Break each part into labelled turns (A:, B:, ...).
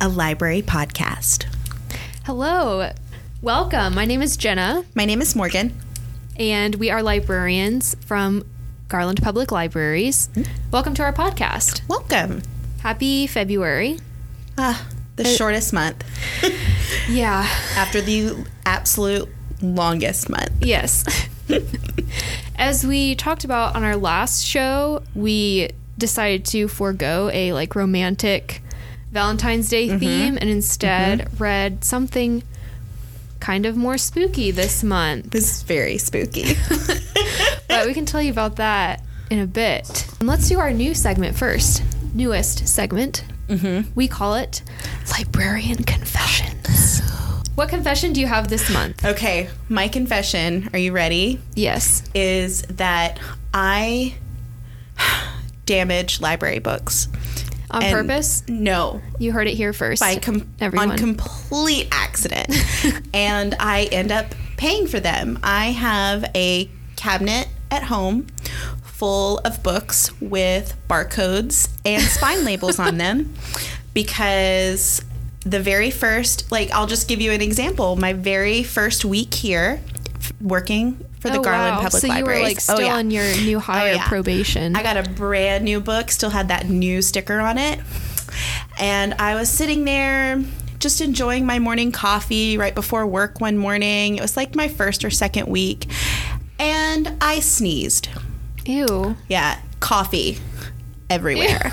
A: a library podcast.
B: Hello. Welcome. My name is Jenna,
A: My name is Morgan.
B: and we are librarians from Garland Public Libraries. Welcome to our podcast.
A: Welcome.
B: Happy February.
A: Ah, the shortest month
B: Yeah.
A: after the absolute longest month.
B: Yes. As we talked about on our last show, we decided to forego a like romantic Valentine's Day theme and instead read something kind of more spooky this month.
A: This is very spooky.
B: But we can tell you about that in a bit. And let's do our new segment first. Newest segment. Mm-hmm. We call it Librarian Confessions. What confession do you have this month?
A: okay, my confession, are you ready?
B: Yes.
A: Is that I damage library books.
B: On
A: And-
B: purpose?
A: No,
B: You heard it here first.
A: by com-
B: everyone.
A: on complete accident, and I end up paying for them. I have a cabinet at home full of books with barcodes and spine labels on them because the very first, like, I'll just give you an example. My very first week here f- working for the
B: Oh,
A: Garland
B: wow.
A: Public
B: so
A: Libraries. Oh,
B: you were like still on your new hire
A: yeah.
B: probation.
A: I got a brand new book, still had that new sticker on it. And I was sitting there just enjoying my morning coffee right before work one morning. It was like my first or second week. And I sneezed.
B: Ew.
A: Yeah, coffee everywhere.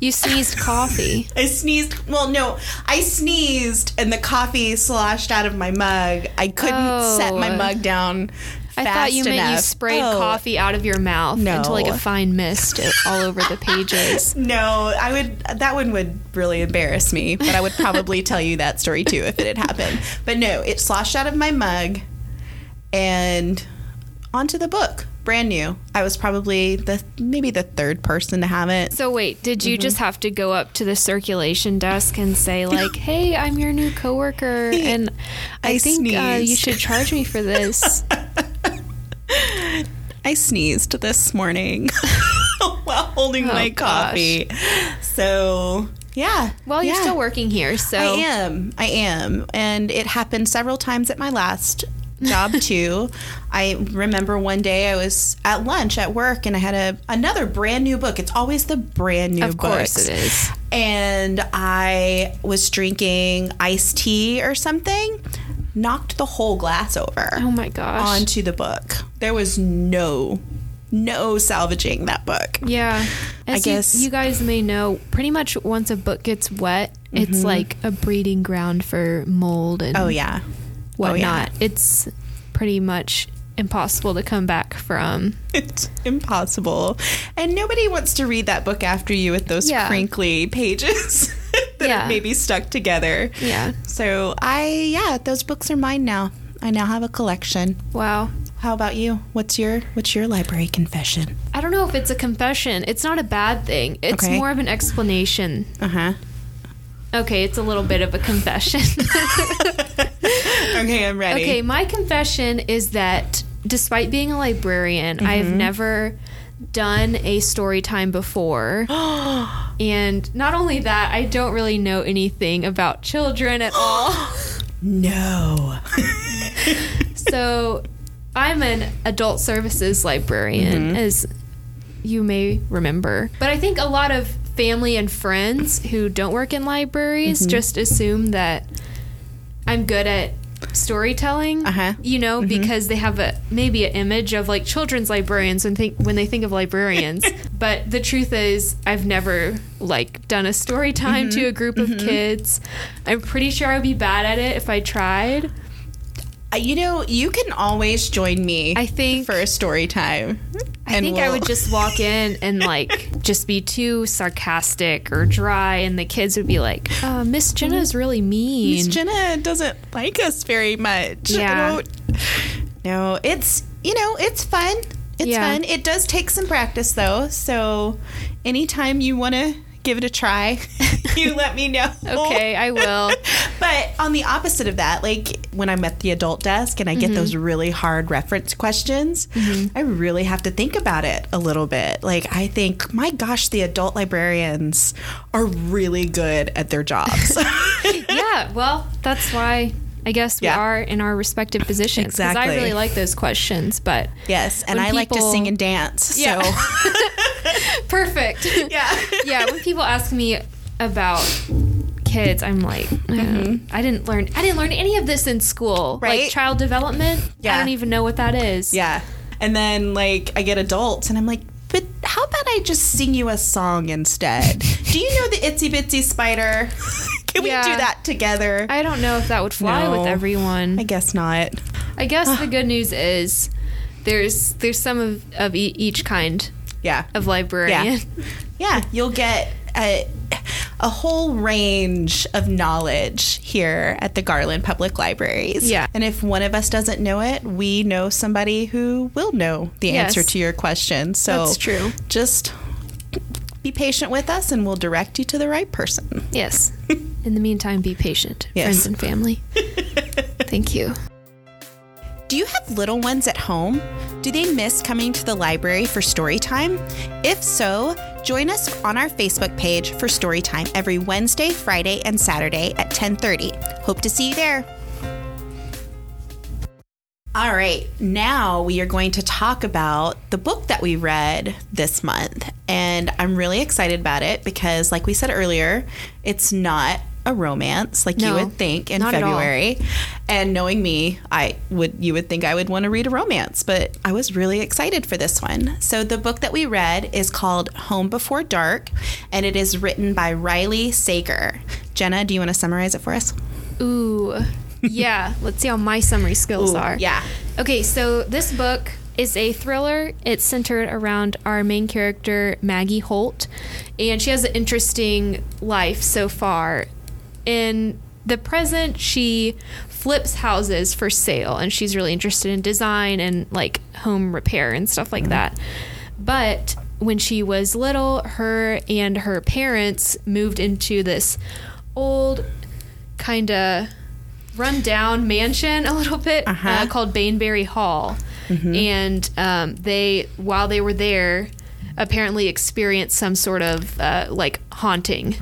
B: you sneezed coffee.
A: I sneezed. Well, no, I sneezed and the coffee sloshed out of my mug. I couldn't set my
B: Oh.
A: mug down.
B: I
A: fast
B: thought you meant you
A: enough.
B: sprayed
A: Oh.
B: coffee out of your mouth
A: No.
B: into like a fine mist all over the pages.
A: No, I would. That one would really embarrass me, but I would probably tell you that story too if it had happened. But no, it sloshed out of my mug and onto the book, brand new. I was probably the maybe the third person to have it.
B: So wait, did you
A: Mm-hmm.
B: just have to go up to the circulation desk and say like, "Hey, I'm your new coworker, and I,
A: I
B: think uh, you
A: sneezed."
B: should charge me for this"?
A: I sneezed this morning while holding
B: Oh,
A: my
B: gosh.
A: coffee. So yeah.
B: well, you're
A: yeah.
B: still working here, so
A: I am. I am. And it happened several times at my last job too. I remember one day I was at lunch at work and I had a another brand new book. It's always the brand new
B: of course
A: books.
B: it is.
A: And I was drinking iced tea or something, knocked the whole glass over
B: Oh my gosh.
A: onto the book. There was no no salvaging that book.
B: Yeah. As you-
A: guess-
B: you, guys may know, pretty much once a book gets wet, it's like a breeding ground for mold and
A: Mm-hmm. Oh yeah. Oh, yeah.
B: whatnot. It's pretty much impossible to come back from.
A: It's impossible. And nobody wants to read that book after you with those
B: Yeah.
A: crinkly pages that
B: Yeah.
A: are maybe stuck together.
B: Yeah.
A: So I, yeah, those books are mine now. I now have a collection.
B: Wow.
A: How about you? What's your what's your library confession?
B: I don't know if it's a confession. It's not a bad thing. It's
A: Okay.
B: more of an explanation.
A: Uh huh.
B: Okay, it's a little bit of a confession.
A: Okay, I'm ready.
B: Okay, my confession is that despite being a librarian, I've never done a story time before. and not only that, I don't really know anything about children at all.
A: No.
B: so I'm an adult services
A: Mm-hmm.
B: librarian, as you may remember. But I think a lot of family and friends who don't work in libraries
A: Mm-hmm.
B: just assume that I'm good at storytelling,
A: Uh-huh.
B: you know, because they have a maybe an image of like children's librarians when think when they think of librarians. but the truth is, I've never like done a story time
A: Mm-hmm.
B: to a group of kids. I'm pretty sure I would be bad at it if I tried.
A: Uh, You know, you can always join me.
B: I think-
A: for a story time.
B: I think I would just walk in and like just be too sarcastic or dry, and the kids would be like, uh, "Miss Jenna is really mean."
A: Miss Jenna doesn't like us very much. I
B: Yeah.
A: don't- No, it's you know, it's fun. It's
B: Yeah.
A: fun. It does take some practice though. So anytime you wanna give it a try, you let me know.
B: okay, I will.
A: But on the opposite of that, like when I'm at the adult desk and I
B: Mm-hmm.
A: get those really hard reference questions, I really have to think about it a little bit. Like I think, my gosh, the adult librarians are really good at their jobs.
B: yeah, well, that's why I guess we
A: Yeah.
B: are in our respective positions. 'cause I
A: Exactly.
B: really like those questions, but
A: yes, and
B: When
A: I like to
B: people-
A: sing and dance.
B: Yeah.
A: So
B: perfect.
A: yeah.
B: yeah, when people ask me about kids, I'm like, uh, I didn't learn. I didn't learn any of this in school. Like
A: Mm-hmm. Right?
B: child development. I
A: Yeah.
B: don't even know what that is.
A: Yeah. And then like I get adults and I'm like, but how about I just sing you a song instead? Do you know the itsy bitsy spider? Can
B: Yeah.
A: we do that together? I,
B: I don't know if that would fly
A: No.
B: with everyone.
A: guess not.
B: I guess the good news is there's there's some of, of e- each kind
A: Yeah.
B: of librarian.
A: Yeah. You'll get a, a whole range of knowledge here at the Garland Public Libraries.
B: Yeah.
A: And if one of us doesn't know it, we know somebody who will know the
B: Yes.
A: answer to your question. So
B: That's true.
A: Just be patient with us and we'll direct you to the right person.
B: Yes. In the meantime, be patient,
A: Yes.
B: friends and family. Thank you.
A: Do you have little ones at home? Do they miss coming to the library for story time? If so, join us on our Facebook page for story time every Wednesday, Friday, and Saturday at 10:30. Hope to see you there. All right, now we are going to talk about the book that we read this month. And I'm really excited about it because, like we said earlier, it's not a romance like
B: No,
A: you would think in
B: not at all.
A: February. And knowing me, I would you would think I would want to read a romance, but I was really excited for this one. So the book that we read is called Home Before Dark, and it is written by Riley Sager. Jenna, do you want to summarize it for us?
B: Ooh. Yeah. Let's see how my summary skills
A: Ooh,
B: are.
A: yeah.
B: Okay, so this book is a thriller. It's centered around our main character, Maggie Holt, and she has an interesting life so far. In the present, she flips houses for sale, and she's really interested in design and like home repair and stuff like that. But when she was little, her and her parents moved into this old kind of rundown mansion a little bit uh
A: Uh-huh.
B: called Bainbury Hall. And um, they, while they were there, apparently experienced some sort of uh, like haunting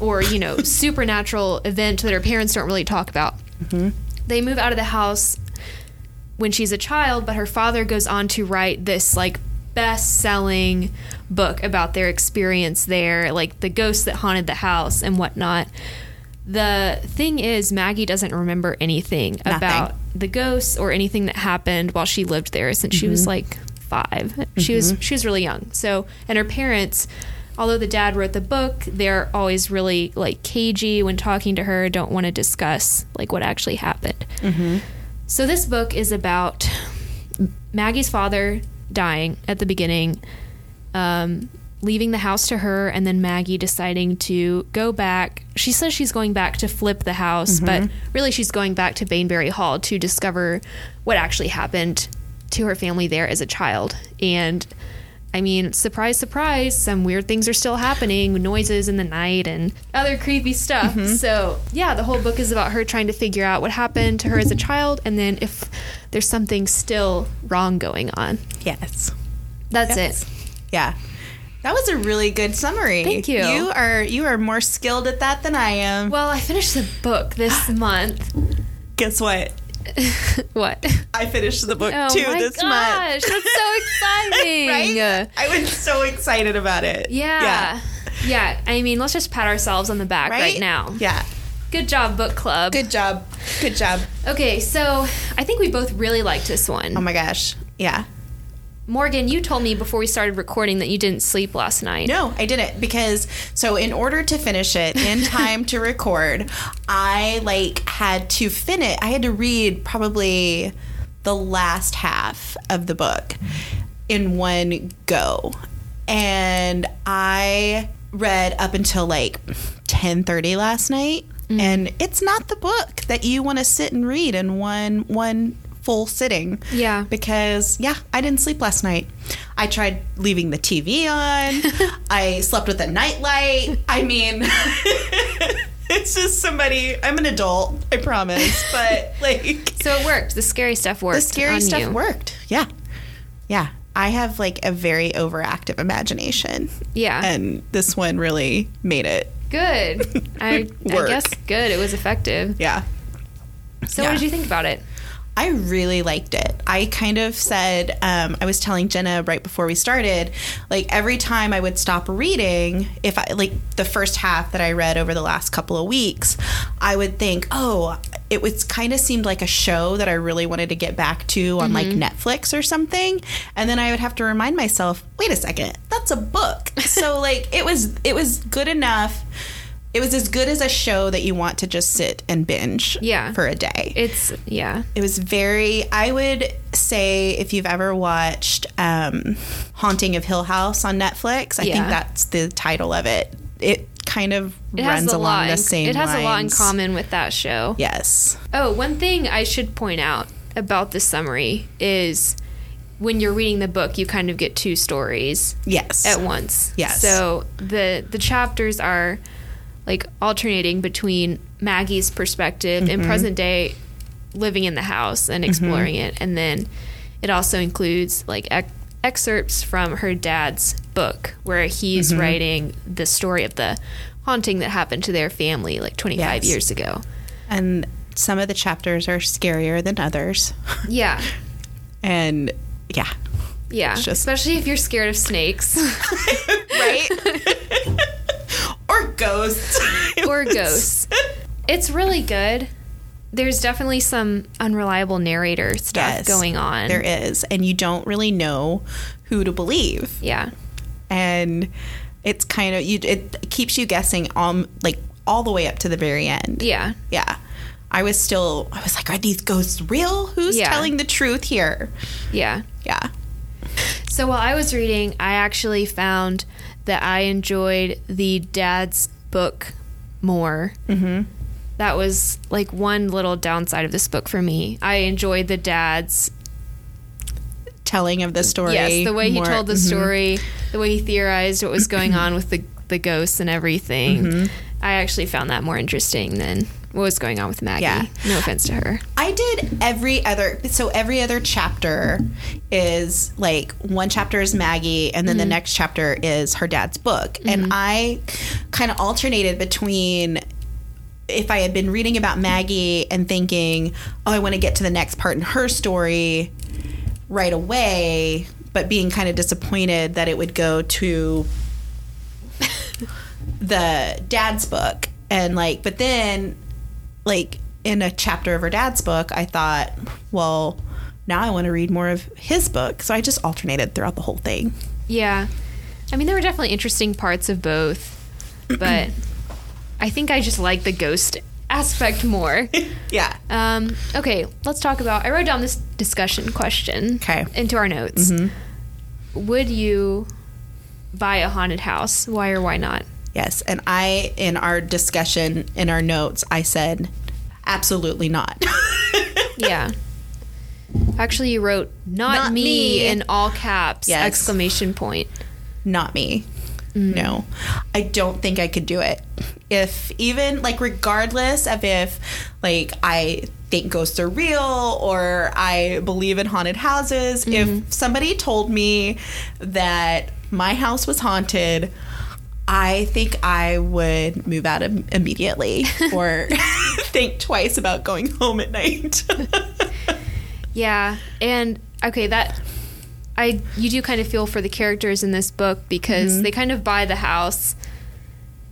B: or, you know, supernatural event that her parents don't really talk about. They move out of the house when she's a child, but her father goes on to write this like best selling book about their experience there, like the ghosts that haunted the house and whatnot. The thing is, Maggie doesn't remember anything about the ghosts or anything that happened while she lived there since she was like 5 She was she was really young. So, and her parents although the dad wrote the book they're always really like cagey when talking to her don't want to discuss like what actually happened so this book is about Maggie's father dying at the beginning, um, leaving the house to her, and then Maggie deciding to go back. She says she's going back to flip the house, but really she's going back to Bainbury Hall to discover what actually happened to her family there as a child. And I mean, surprise, surprise, some weird things are still happening, noises in the night and other creepy stuff. So, yeah, the whole book is about her trying to figure out what happened to her as a child and then if there's something still wrong going on.
A: Yes.
B: That's it.
A: Yeah. That was a really good summary.
B: Thank you.
A: You are you are more skilled at that than I am.
B: Well, I finished the book this month.
A: Guess what?
B: what?
A: I finished the book
B: Oh
A: too
B: my
A: this
B: gosh,
A: month.
B: that's so exciting.
A: right? I was so excited about it.
B: Yeah. yeah. I mean, let's just pat ourselves on the back right,
A: Right?
B: now.
A: Yeah.
B: Good job, book club.
A: Good job. Good job.
B: Okay, so I think we both really liked this one.
A: Oh my gosh. Yeah.
B: Morgan, you told me before we started recording that you didn't sleep last night.
A: No, I didn't because so in order to finish it in time to record, I like had to finish. I had to read probably the last half of the book in one go, and I read up until like ten thirty last night. And it's not the book that you want to sit and read in one one full sitting.
B: Yeah.
A: Because, yeah, I didn't sleep last night. I tried leaving the TV on. I slept with a nightlight. I mean, it's just somebody. I'm an adult, I promise. But like,
B: So it worked. The scary stuff worked.
A: the scary
B: on
A: stuff
B: you.
A: worked. Yeah, yeah. I have like a very overactive imagination,
B: Yeah.
A: and this one really made it.
B: good. I, I
A: Work.
B: guess good. It was effective.
A: Yeah.
B: So
A: Yeah.
B: what did you think about it?
A: I really liked it. I kind of said, um, I was telling Jenna right before we started, like every time I would stop reading, if I, like the first half that I read over the last couple of weeks, I would think, oh, it was kind of seemed like a show that I really wanted to get back to on like Netflix or something. And then I would have to remind myself, wait a second, that's a book. so like it was, it was good enough. It was as good as a show that you want to just sit and binge
B: Yeah.
A: for a day.
B: It's yeah.
A: It was very. I would say if you've ever watched um, "Haunting of Hill House" on Netflix, I think
B: Yeah.
A: that's the title of it. It kind of
B: It
A: runs
B: has a
A: along
B: lot.
A: the
B: in-
A: same.
B: it has a lot in
A: lines.
B: common with that show.
A: Yes.
B: Oh, one thing I should point out about this summary is when you're reading the book, you kind of get two stories
A: Yes.
B: at once.
A: Yes.
B: So the the chapters are like alternating between Maggie's perspective and
A: Mm-hmm.
B: present day living in the house and exploring it, and then it also includes like ex- excerpts from her dad's book where he's
A: Mm-hmm.
B: writing the story of the haunting that happened to their family like
A: Yes.
B: 25 years ago.
A: and some of the chapters are scarier than others,
B: Yeah.
A: and yeah,
B: Yeah,
A: It's just-
B: especially if you're scared of snakes
A: right. or ghosts.
B: or ghosts. It's really good. There's definitely some unreliable narrator stuff
A: Yes,
B: going on.
A: There is, and you don't really know who to believe.
B: Yeah.
A: and it's kind of you it keeps you guessing um like all the way up to the very end
B: Yeah.
A: yeah i was still i was like are these ghosts real who's
B: Yeah.
A: telling the truth here
B: Yeah.
A: yeah
B: So while I was reading, I actually found that I enjoyed the dad's book more. Mm-hmm. That was like one little downside of this book for me. I enjoyed the dad's
A: telling of the story
B: Yes, the way
A: more-
B: he told the story, the way he theorized what was going on with the the ghosts and everything. I actually found that more interesting than what was going on with Maggie.
A: Yeah.
B: No offense to her.
A: I did every other so every other chapter is like one chapter is Maggie and then the next chapter is her dad's book and I kind of alternated between if I had been reading about Maggie and thinking oh I want to get to the next part in her story right away but being kind of disappointed that it would go to the dad's book and like but then like in a chapter of her dad's book i thought well now i want to read more of his book so i just alternated throughout the whole thing
B: Yeah. I mean, there were definitely interesting parts of both, but I think I just like the ghost aspect more.
A: yeah
B: Um, okay, let's talk about. I wrote down this discussion question
A: 'Kay.
B: into our notes. Would you buy a haunted house? Why or why not?
A: yes and i in our discussion in our notes i said absolutely not
B: Yeah. Actually, you wrote "not,
A: Not
B: me,
A: me.
B: in all caps
A: Yes.
B: exclamation point.
A: not me. No, I don't think I could do it. If even like, regardless of if like I think ghosts are real or I believe in haunted houses, if somebody told me that my house was haunted, I think I would move out im- immediately or think twice about going home at night.
B: Yeah, and okay, that I you do kind of feel for the characters in this book because they kind of buy the house.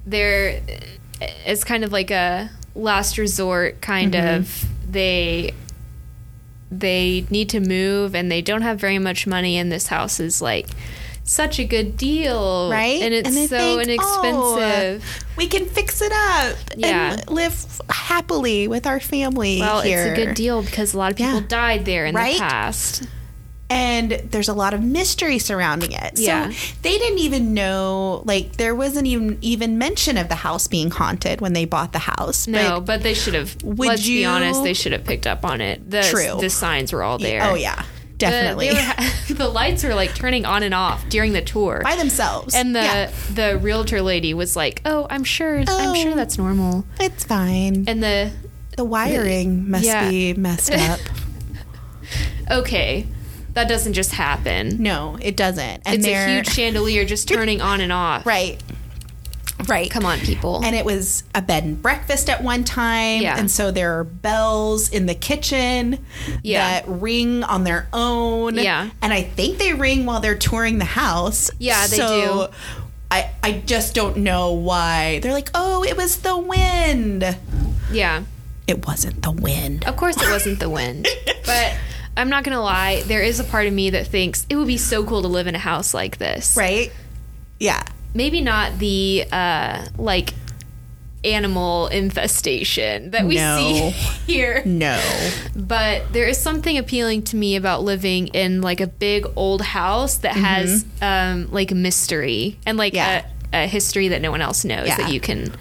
B: They're it's kind of like a last resort kind of they they need to move and they don't have very much money and this house is like such a good deal
A: right?
B: and it's
A: they
B: so
A: think, "Oh,
B: inexpensive
A: we can fix it up
B: Yeah.
A: and live happily with our family
B: Well,
A: here.
B: it's a good deal because a lot of people
A: Yeah.
B: died there in
A: Right?
B: the past.
A: And there's a lot of mystery surrounding it.
B: Yeah.
A: So they didn't even know, like, there wasn't even, even mention of the house being haunted when they bought the house.
B: No, but, they should have.
A: Would
B: Let's be
A: you-
B: honest, they should have picked up on it. The,
A: True.
B: The signs were all there.
A: But, oh, yeah. Definitely.
B: The, they were ha- the lights were like turning on and off during the tour.
A: by themselves.
B: and the
A: Yeah.
B: the realtor lady was like, "Oh, I'm sure,
A: Oh.
B: I'm sure that's normal."
A: it's fine.
B: And the
A: the wiring must
B: Yeah.
A: be messed up.
B: okay, that doesn't just happen.
A: no, it doesn't. And
B: It's
A: they're
B: a huge chandelier just turning on and off.
A: right, right.
B: Come on, people.
A: And it was a bed and breakfast at one time.
B: Yeah.
A: And so there are bells in the kitchen
B: Yeah.
A: that ring on their own.
B: Yeah.
A: And I think they ring while they're touring the house.
B: Yeah, they
A: So I, I just don't know why. They're like, oh, it was the wind.
B: yeah.
A: It wasn't the wind.
B: Of course, it wasn't the wind. but I'm not going to lie. There is a part of me that thinks it would be so cool to live in a house like this.
A: Right? Yeah.
B: Maybe not the, uh, like, animal infestation that we
A: No.
B: see here.
A: No.
B: But there is something appealing to me about living in, like, a big old house that has, um, like, mystery and, like,
A: Mm-hmm. Yeah.
B: a, a history that no one else knows
A: Yeah.
B: that you can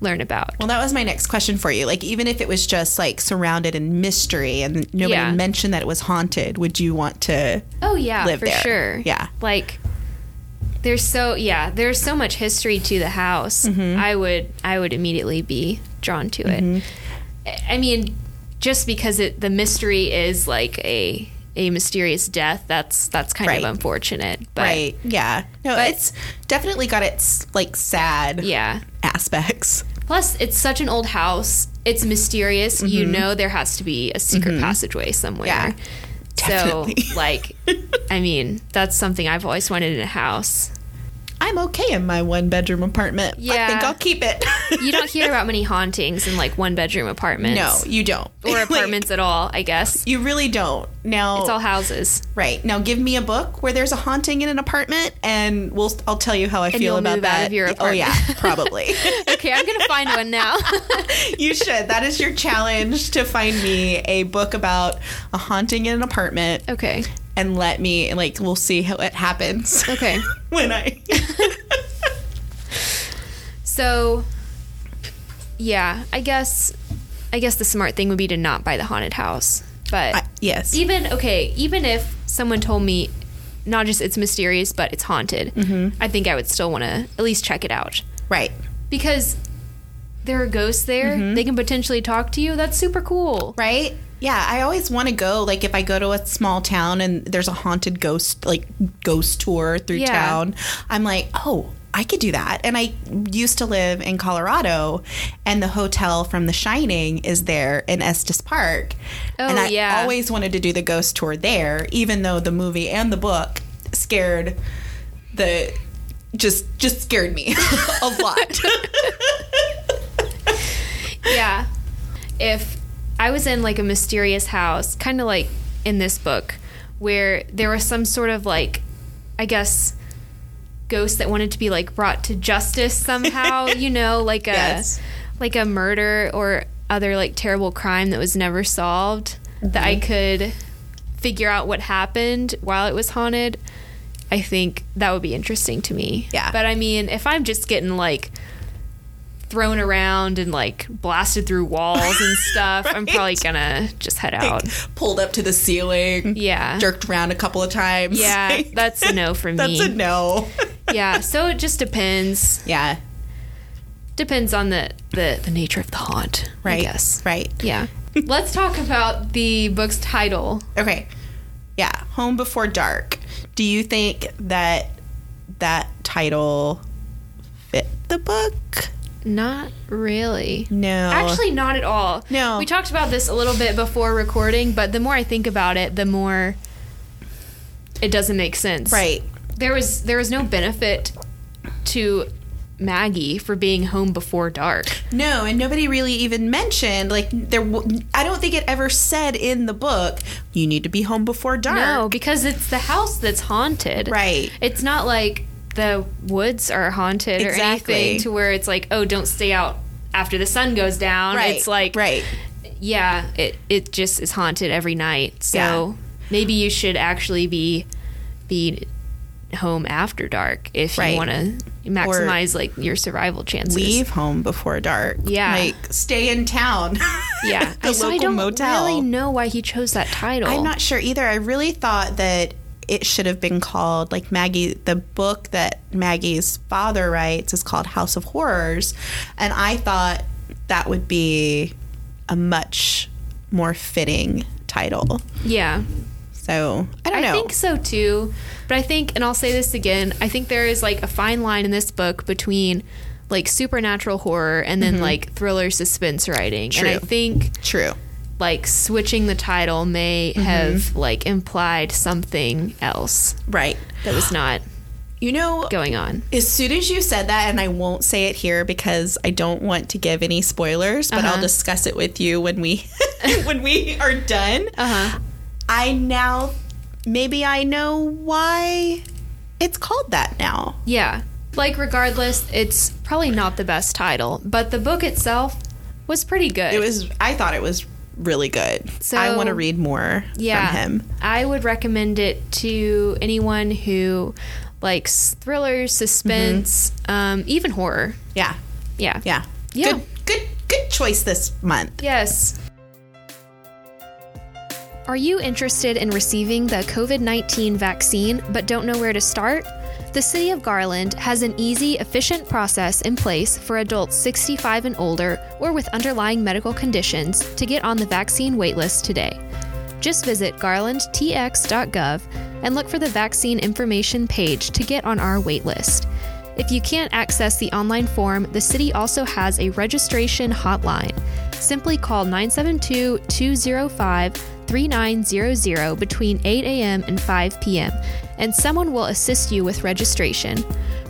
B: learn about.
A: Well, that was my next question for you. Like, even if it was just like surrounded in mystery and nobody
B: Yeah.
A: mentioned that it was haunted, would you want to?
B: Oh yeah,
A: live
B: for
A: there.
B: sure.
A: Yeah.
B: Like there's so yeah, there's so much history to the house.
A: Mm-hmm.
B: I would I would immediately be drawn to it. I- I mean, just because it the mystery is like a a mysterious death, that's that's kind
A: Right.
B: of unfortunate. But
A: right. Yeah. No, it's definitely got its like sad
B: yeah.
A: aspects.
B: Plus it's such an old house. It's mysterious. You know there has to be a secret passageway somewhere.
A: Mm-hmm. Yeah. Definitely.
B: So like I mean, that's something I've always wanted in a house.
A: I'm okay in my one bedroom apartment. I
B: Yeah.
A: think I'll keep it.
B: You don't hear about many hauntings in like one bedroom apartments.
A: no, you don't.
B: Or
A: Like,
B: apartments at all, I guess.
A: you really don't. Now
B: It's all houses.
A: right. Now give me a book where there's a haunting in an apartment and we'll I'll tell you how I feel
B: you'll
A: about
B: move out
A: that.
B: of your
A: Oh yeah,
B: apartment.
A: probably.
B: Okay, I'm going to find one now.
A: you should. That is your challenge to find me a book about a haunting in an apartment
B: okay.
A: and let me like we'll see how it happens.
B: Okay.
A: when I
B: So yeah, I guess I guess the smart thing would be to not buy the haunted house. But
A: I- yes.
B: even okay, even if someone told me not just it's mysterious, but it's haunted,
A: Mm-hmm.
B: I think I would still want to at least check it out.
A: Right.
B: Because there are ghosts there.
A: Mm-hmm.
B: They can potentially talk to you. That's super cool.
A: Right? Yeah, I always want to go. Like, if I go to a small town and there's a haunted ghost, like, ghost tour through
B: Yeah.
A: town, I'm like, oh, I could do that. And I used to live in Colorado, and the hotel from The Shining is there in Estes Park.
B: Oh,
A: and I
B: yeah.
A: always wanted to do the ghost tour there, even though the movie and the book scared the. Just, just scared me a lot.
B: yeah. If I was in like a mysterious house, kind of like in this book, where there was some sort of like, I guess, ghost that wanted to be like brought to justice somehow, you know, like a
A: Yes.
B: like a murder or other like terrible crime that was never solved that
A: Mm-hmm.
B: I could figure out what happened while it was haunted. I think that would be interesting to me.
A: Yeah.
B: But I mean, if I'm just getting like thrown around and like blasted through walls and stuff, I'm probably gonna just head out.
A: Pulled up to the ceiling.
B: Yeah.
A: Jerked around a couple of times.
B: Yeah, that's a no from
A: That's
B: me.
A: a no.
B: yeah, so it just depends.
A: yeah.
B: Depends on the the, the nature of the haunt.
A: Right.
B: I guess.
A: Right.
B: Yeah. Let's talk about the book's title.
A: Okay. Yeah. Home Before Dark. Do you think that that title fit the book?
B: Not really.
A: No.
B: Actually, not at all.
A: No.
B: We talked about this a little bit before recording, but the more I think about it, the more it doesn't make sense.
A: Right.
B: There was there was no benefit to Maggie for being home before dark.
A: No, and nobody really even mentioned like there. W- I don't think it ever said in the book you need to be home before dark.
B: No, because it's the house that's haunted.
A: Right.
B: It's not like the woods are haunted
A: Exactly.
B: or anything to where it's like, oh, don't stay out after the sun goes down.
A: Right.
B: It's like
A: right.
B: yeah, it it just is haunted every night. So
A: Yeah.
B: maybe you should actually be be home after dark if
A: Right.
B: you want to maximize like your survival chances.
A: Leave home before dark.
B: Yeah.
A: Like stay in town.
B: Yeah,
A: the
B: so
A: local
B: I don't
A: motel.
B: really know why he chose that title.
A: I'm not sure either. I really thought that it should have been called like Maggie. The book that Maggie's father writes is called House of Horrors, and I thought that would be a much more fitting title.
B: Yeah,
A: So I don't
B: I
A: know.
B: think so too. But I think, and I'll say this again, I think there is like a fine line in this book between like supernatural horror and then like thriller suspense writing. And I
A: Mm-hmm. True.
B: think
A: True.
B: like switching the title may
A: Mm-hmm.
B: have like implied something else
A: Right.
B: that was not
A: You know,
B: going on.
A: as soon as you said that, and I won't say it here because I don't want to give any spoilers, but I'll
B: Uh-huh.
A: discuss it with you when we when we are done.
B: Uh huh.
A: I now maybe I know why it's called that now.
B: Yeah. Like regardless, it's probably not the best title, but the book itself was pretty good.
A: It was I thought it was really good.
B: So-
A: I want to read more from him.
B: I would recommend it to anyone who likes thrillers,
A: Mm-hmm.
B: suspense, um, even horror.
A: Yeah.
B: Yeah.
A: Yeah.
B: Yeah.
A: Good good good choice this month.
B: Yes. Are you interested in receiving the COVID 19 vaccine but don't know where to start? The City of Garland has an easy, efficient process in place for adults 65 and older or with underlying medical conditions to get on the vaccine waitlist today. Just visit garlandtx.gov and look for the vaccine information page to get on our waitlist. If you can't access the online form, the city also has a registration hotline. Simply call 972 205 3900 between 8 a.m. and 5 p.m., and someone will assist you with registration.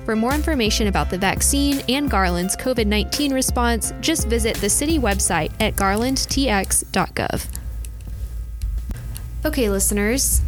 B: For more information about the vaccine and Garland's COVID 19 response, just visit the city website at garlandtx.gov. Okay, listeners,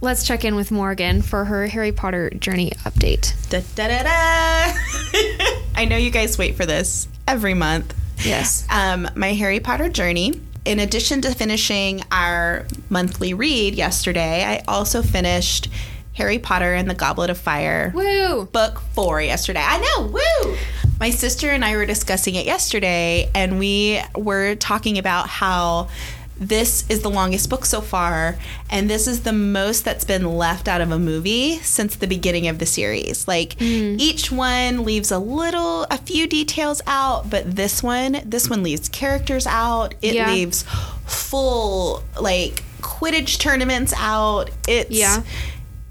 B: let's check in with Morgan for her Harry Potter journey update.
A: Da, da, da, da. I know you guys wait for this every month.
B: Yes.
A: um, my Harry Potter journey. In addition to finishing our monthly read yesterday, I also finished Harry Potter and the Goblet of Fire
B: Woo!
A: book four yesterday. I know, woo! My sister and I were discussing it yesterday, and we were talking about how this is the longest book so far, and this is the most that's been left out of a movie since the beginning of the series. Like each one leaves a little, a few details out, but this one, this one leaves characters out. It
B: Yeah.
A: leaves full, like, Quidditch tournaments out. It's
B: Yeah.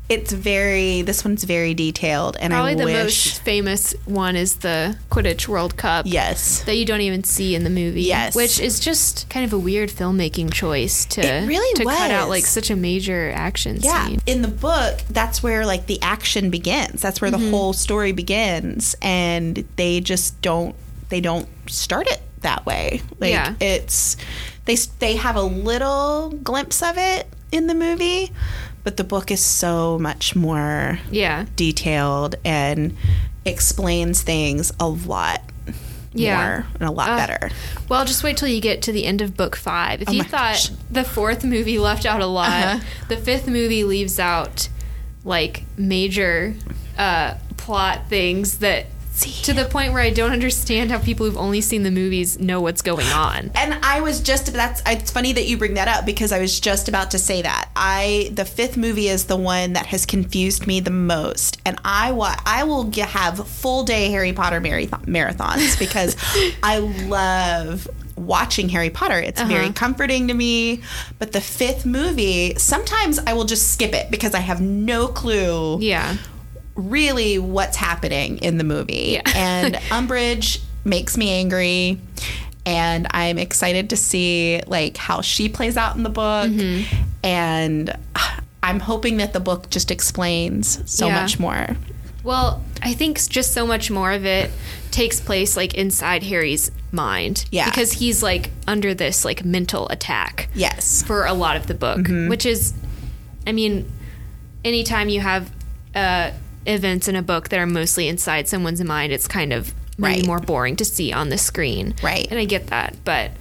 A: it's very this one's very detailed and
B: Probably
A: I
B: the
A: wish
B: most famous one is the Quidditch World Cup.
A: yes
B: That you don't even see in the movie.
A: Yes.
B: Which is just kind of a weird filmmaking choice to,
A: It really
B: to cut out
A: was.
B: like such a major action
A: yeah
B: scene.
A: in the book that's where like the action begins that's where
B: Mm-hmm.
A: the whole story begins and they just don't they don't start it that way like
B: Yeah.
A: it's they s- they have a little glimpse of it in the movie but the book is so much more
B: Yeah.
A: detailed and explains things a lot
B: Yeah.
A: more and a lot
B: Uh,
A: better
B: Well, just wait till you get to the end of book five. If you
A: Oh my
B: thought
A: gosh. Uh-huh.
B: the fourth movie left out a lot, the fifth movie leaves out like major uh, plot things that to the point where I don't understand how people who've only seen the movies know what's going on.
A: And I was just that's it's funny that you bring that up because I was just about to say that. I the fifth movie is the one that has confused me the most. And I wa- I will g- have full day Harry Potter marathon- marathons because I love watching Harry Potter. It's very comforting to me. But the fifth movie, sometimes I will just skip it because I have no clue
B: Yeah.
A: really what's happening in the movie.
B: Yeah.
A: and Umbridge makes me angry. And I'm excited to see like how she plays out in the book.
B: Mm-hmm.
A: And ah, I'm hoping that the book just explains so
B: Yeah.
A: much more.
B: Well, I think s- just so much more of it takes place like inside Harry's mind.
A: Yeah.
B: Because he's like under this like mental attack.
A: Yes.
B: for a lot of the book,
A: Mm-hmm.
B: which is, I mean, anytime you have uh, events in a book that are mostly inside someone's mind, it's kind of maybe
A: Right.
B: more boring to see on the screen.
A: Right.
B: And I get that, but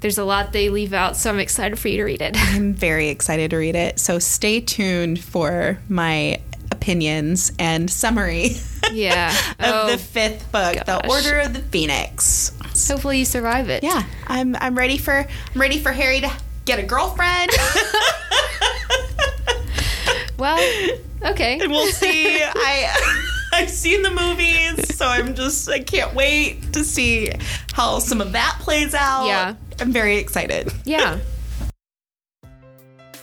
B: there's a lot they leave out, so I'm excited for you to read it.
A: I'm very excited to read it. So stay tuned for my opinions and summary
B: Yeah.
A: of
B: oh,
A: the fifth book, The
B: gosh.
A: Order of the Phoenix.
B: hopefully you survive it.
A: Yeah, I'm I'm ready for I'm ready for Harry to get a girlfriend.
B: Well, okay.
A: and we'll see. I I've seen the movies, so I'm just I can't wait to see how some of that plays out.
B: Yeah.
A: I'm very excited.
B: Yeah.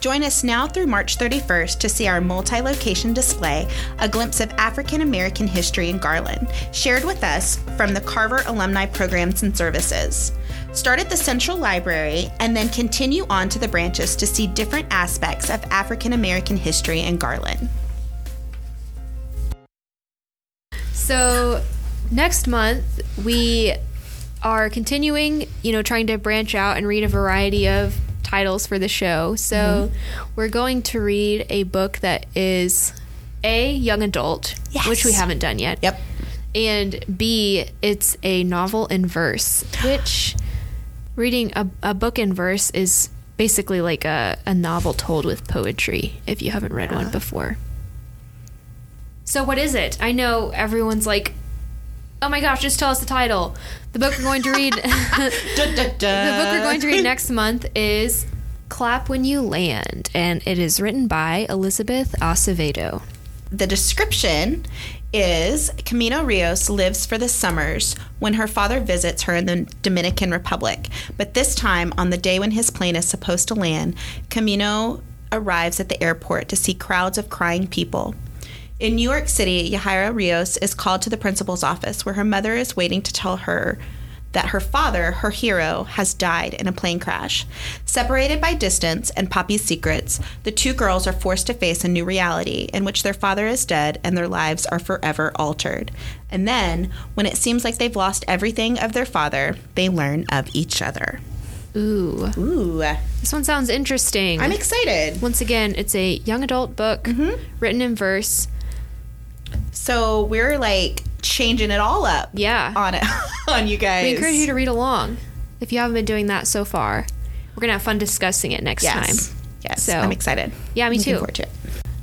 A: Join us now through March 31st to see our multi location display, A Glimpse of African American History in Garland, shared with us from the Carver Alumni Programs and Services. Start at the Central Library and then continue on to the branches to see different aspects of African American history in Garland.
B: So next month we are continuing, you know, trying to branch out and read a variety of titles for the show. So we're going to read a book that is a young adult, which we
A: Yes.
B: haven't done yet. And B, it's a novel in verse, which reading a, a book in verse is basically like a, a novel told with poetry, if you haven't read one before. So, what is it? I know everyone's like, oh my gosh, just tell us the title. The book we're going to read. the
A: Dun, dun, dun.
B: book we're going to read next month is Clap When You Land, and it is written by Elizabeth Acevedo.
A: The description is Camino Rios lives for the summers when her father visits her in the Dominican Republic. But this time, on the day when his plane is supposed to land, Camino arrives at the airport to see crowds of crying people. In New York City, Yahaira Rios is called to the principal's office where her mother is waiting to tell her that her father, her hero, has died in a plane crash. Separated by distance and Poppy's secrets, the two girls are forced to face a new reality in which their father is dead and their lives are forever altered. And then, when it seems like they've lost everything of their father, they learn of each other.
B: Ooh,
A: Ooh,
B: this one sounds interesting.
A: I'm excited.
B: Once again, it's a young adult book written in verse.
A: So we're like changing it all up.
B: Yeah.
A: On it, on you guys.
B: We encourage you to read along if you haven't been doing that so far. We're going to have fun discussing it next
A: Yes.
B: time.
A: Yes.
B: So-
A: I'm excited.
B: Yeah, me
A: Looking
B: too.
A: forward to it.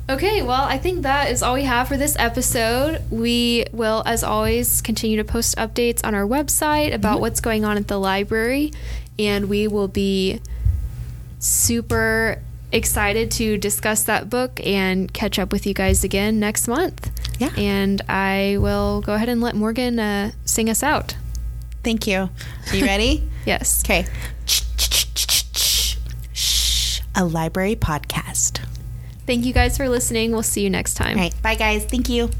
B: Okay, well, I think that is all we have for this episode. We will, as always, continue to post updates on our website about what's going on at the library, and we will be super excited to discuss that book and catch up with you guys again next month.
A: Yeah.
B: And I will go ahead and let Morgan uh, sing us out.
A: Thank you. Are you ready?
B: Yes.
A: Okay. Shh. A library podcast.
B: Thank you guys for listening. We'll see you next time.
A: All right. Bye, guys. Thank you.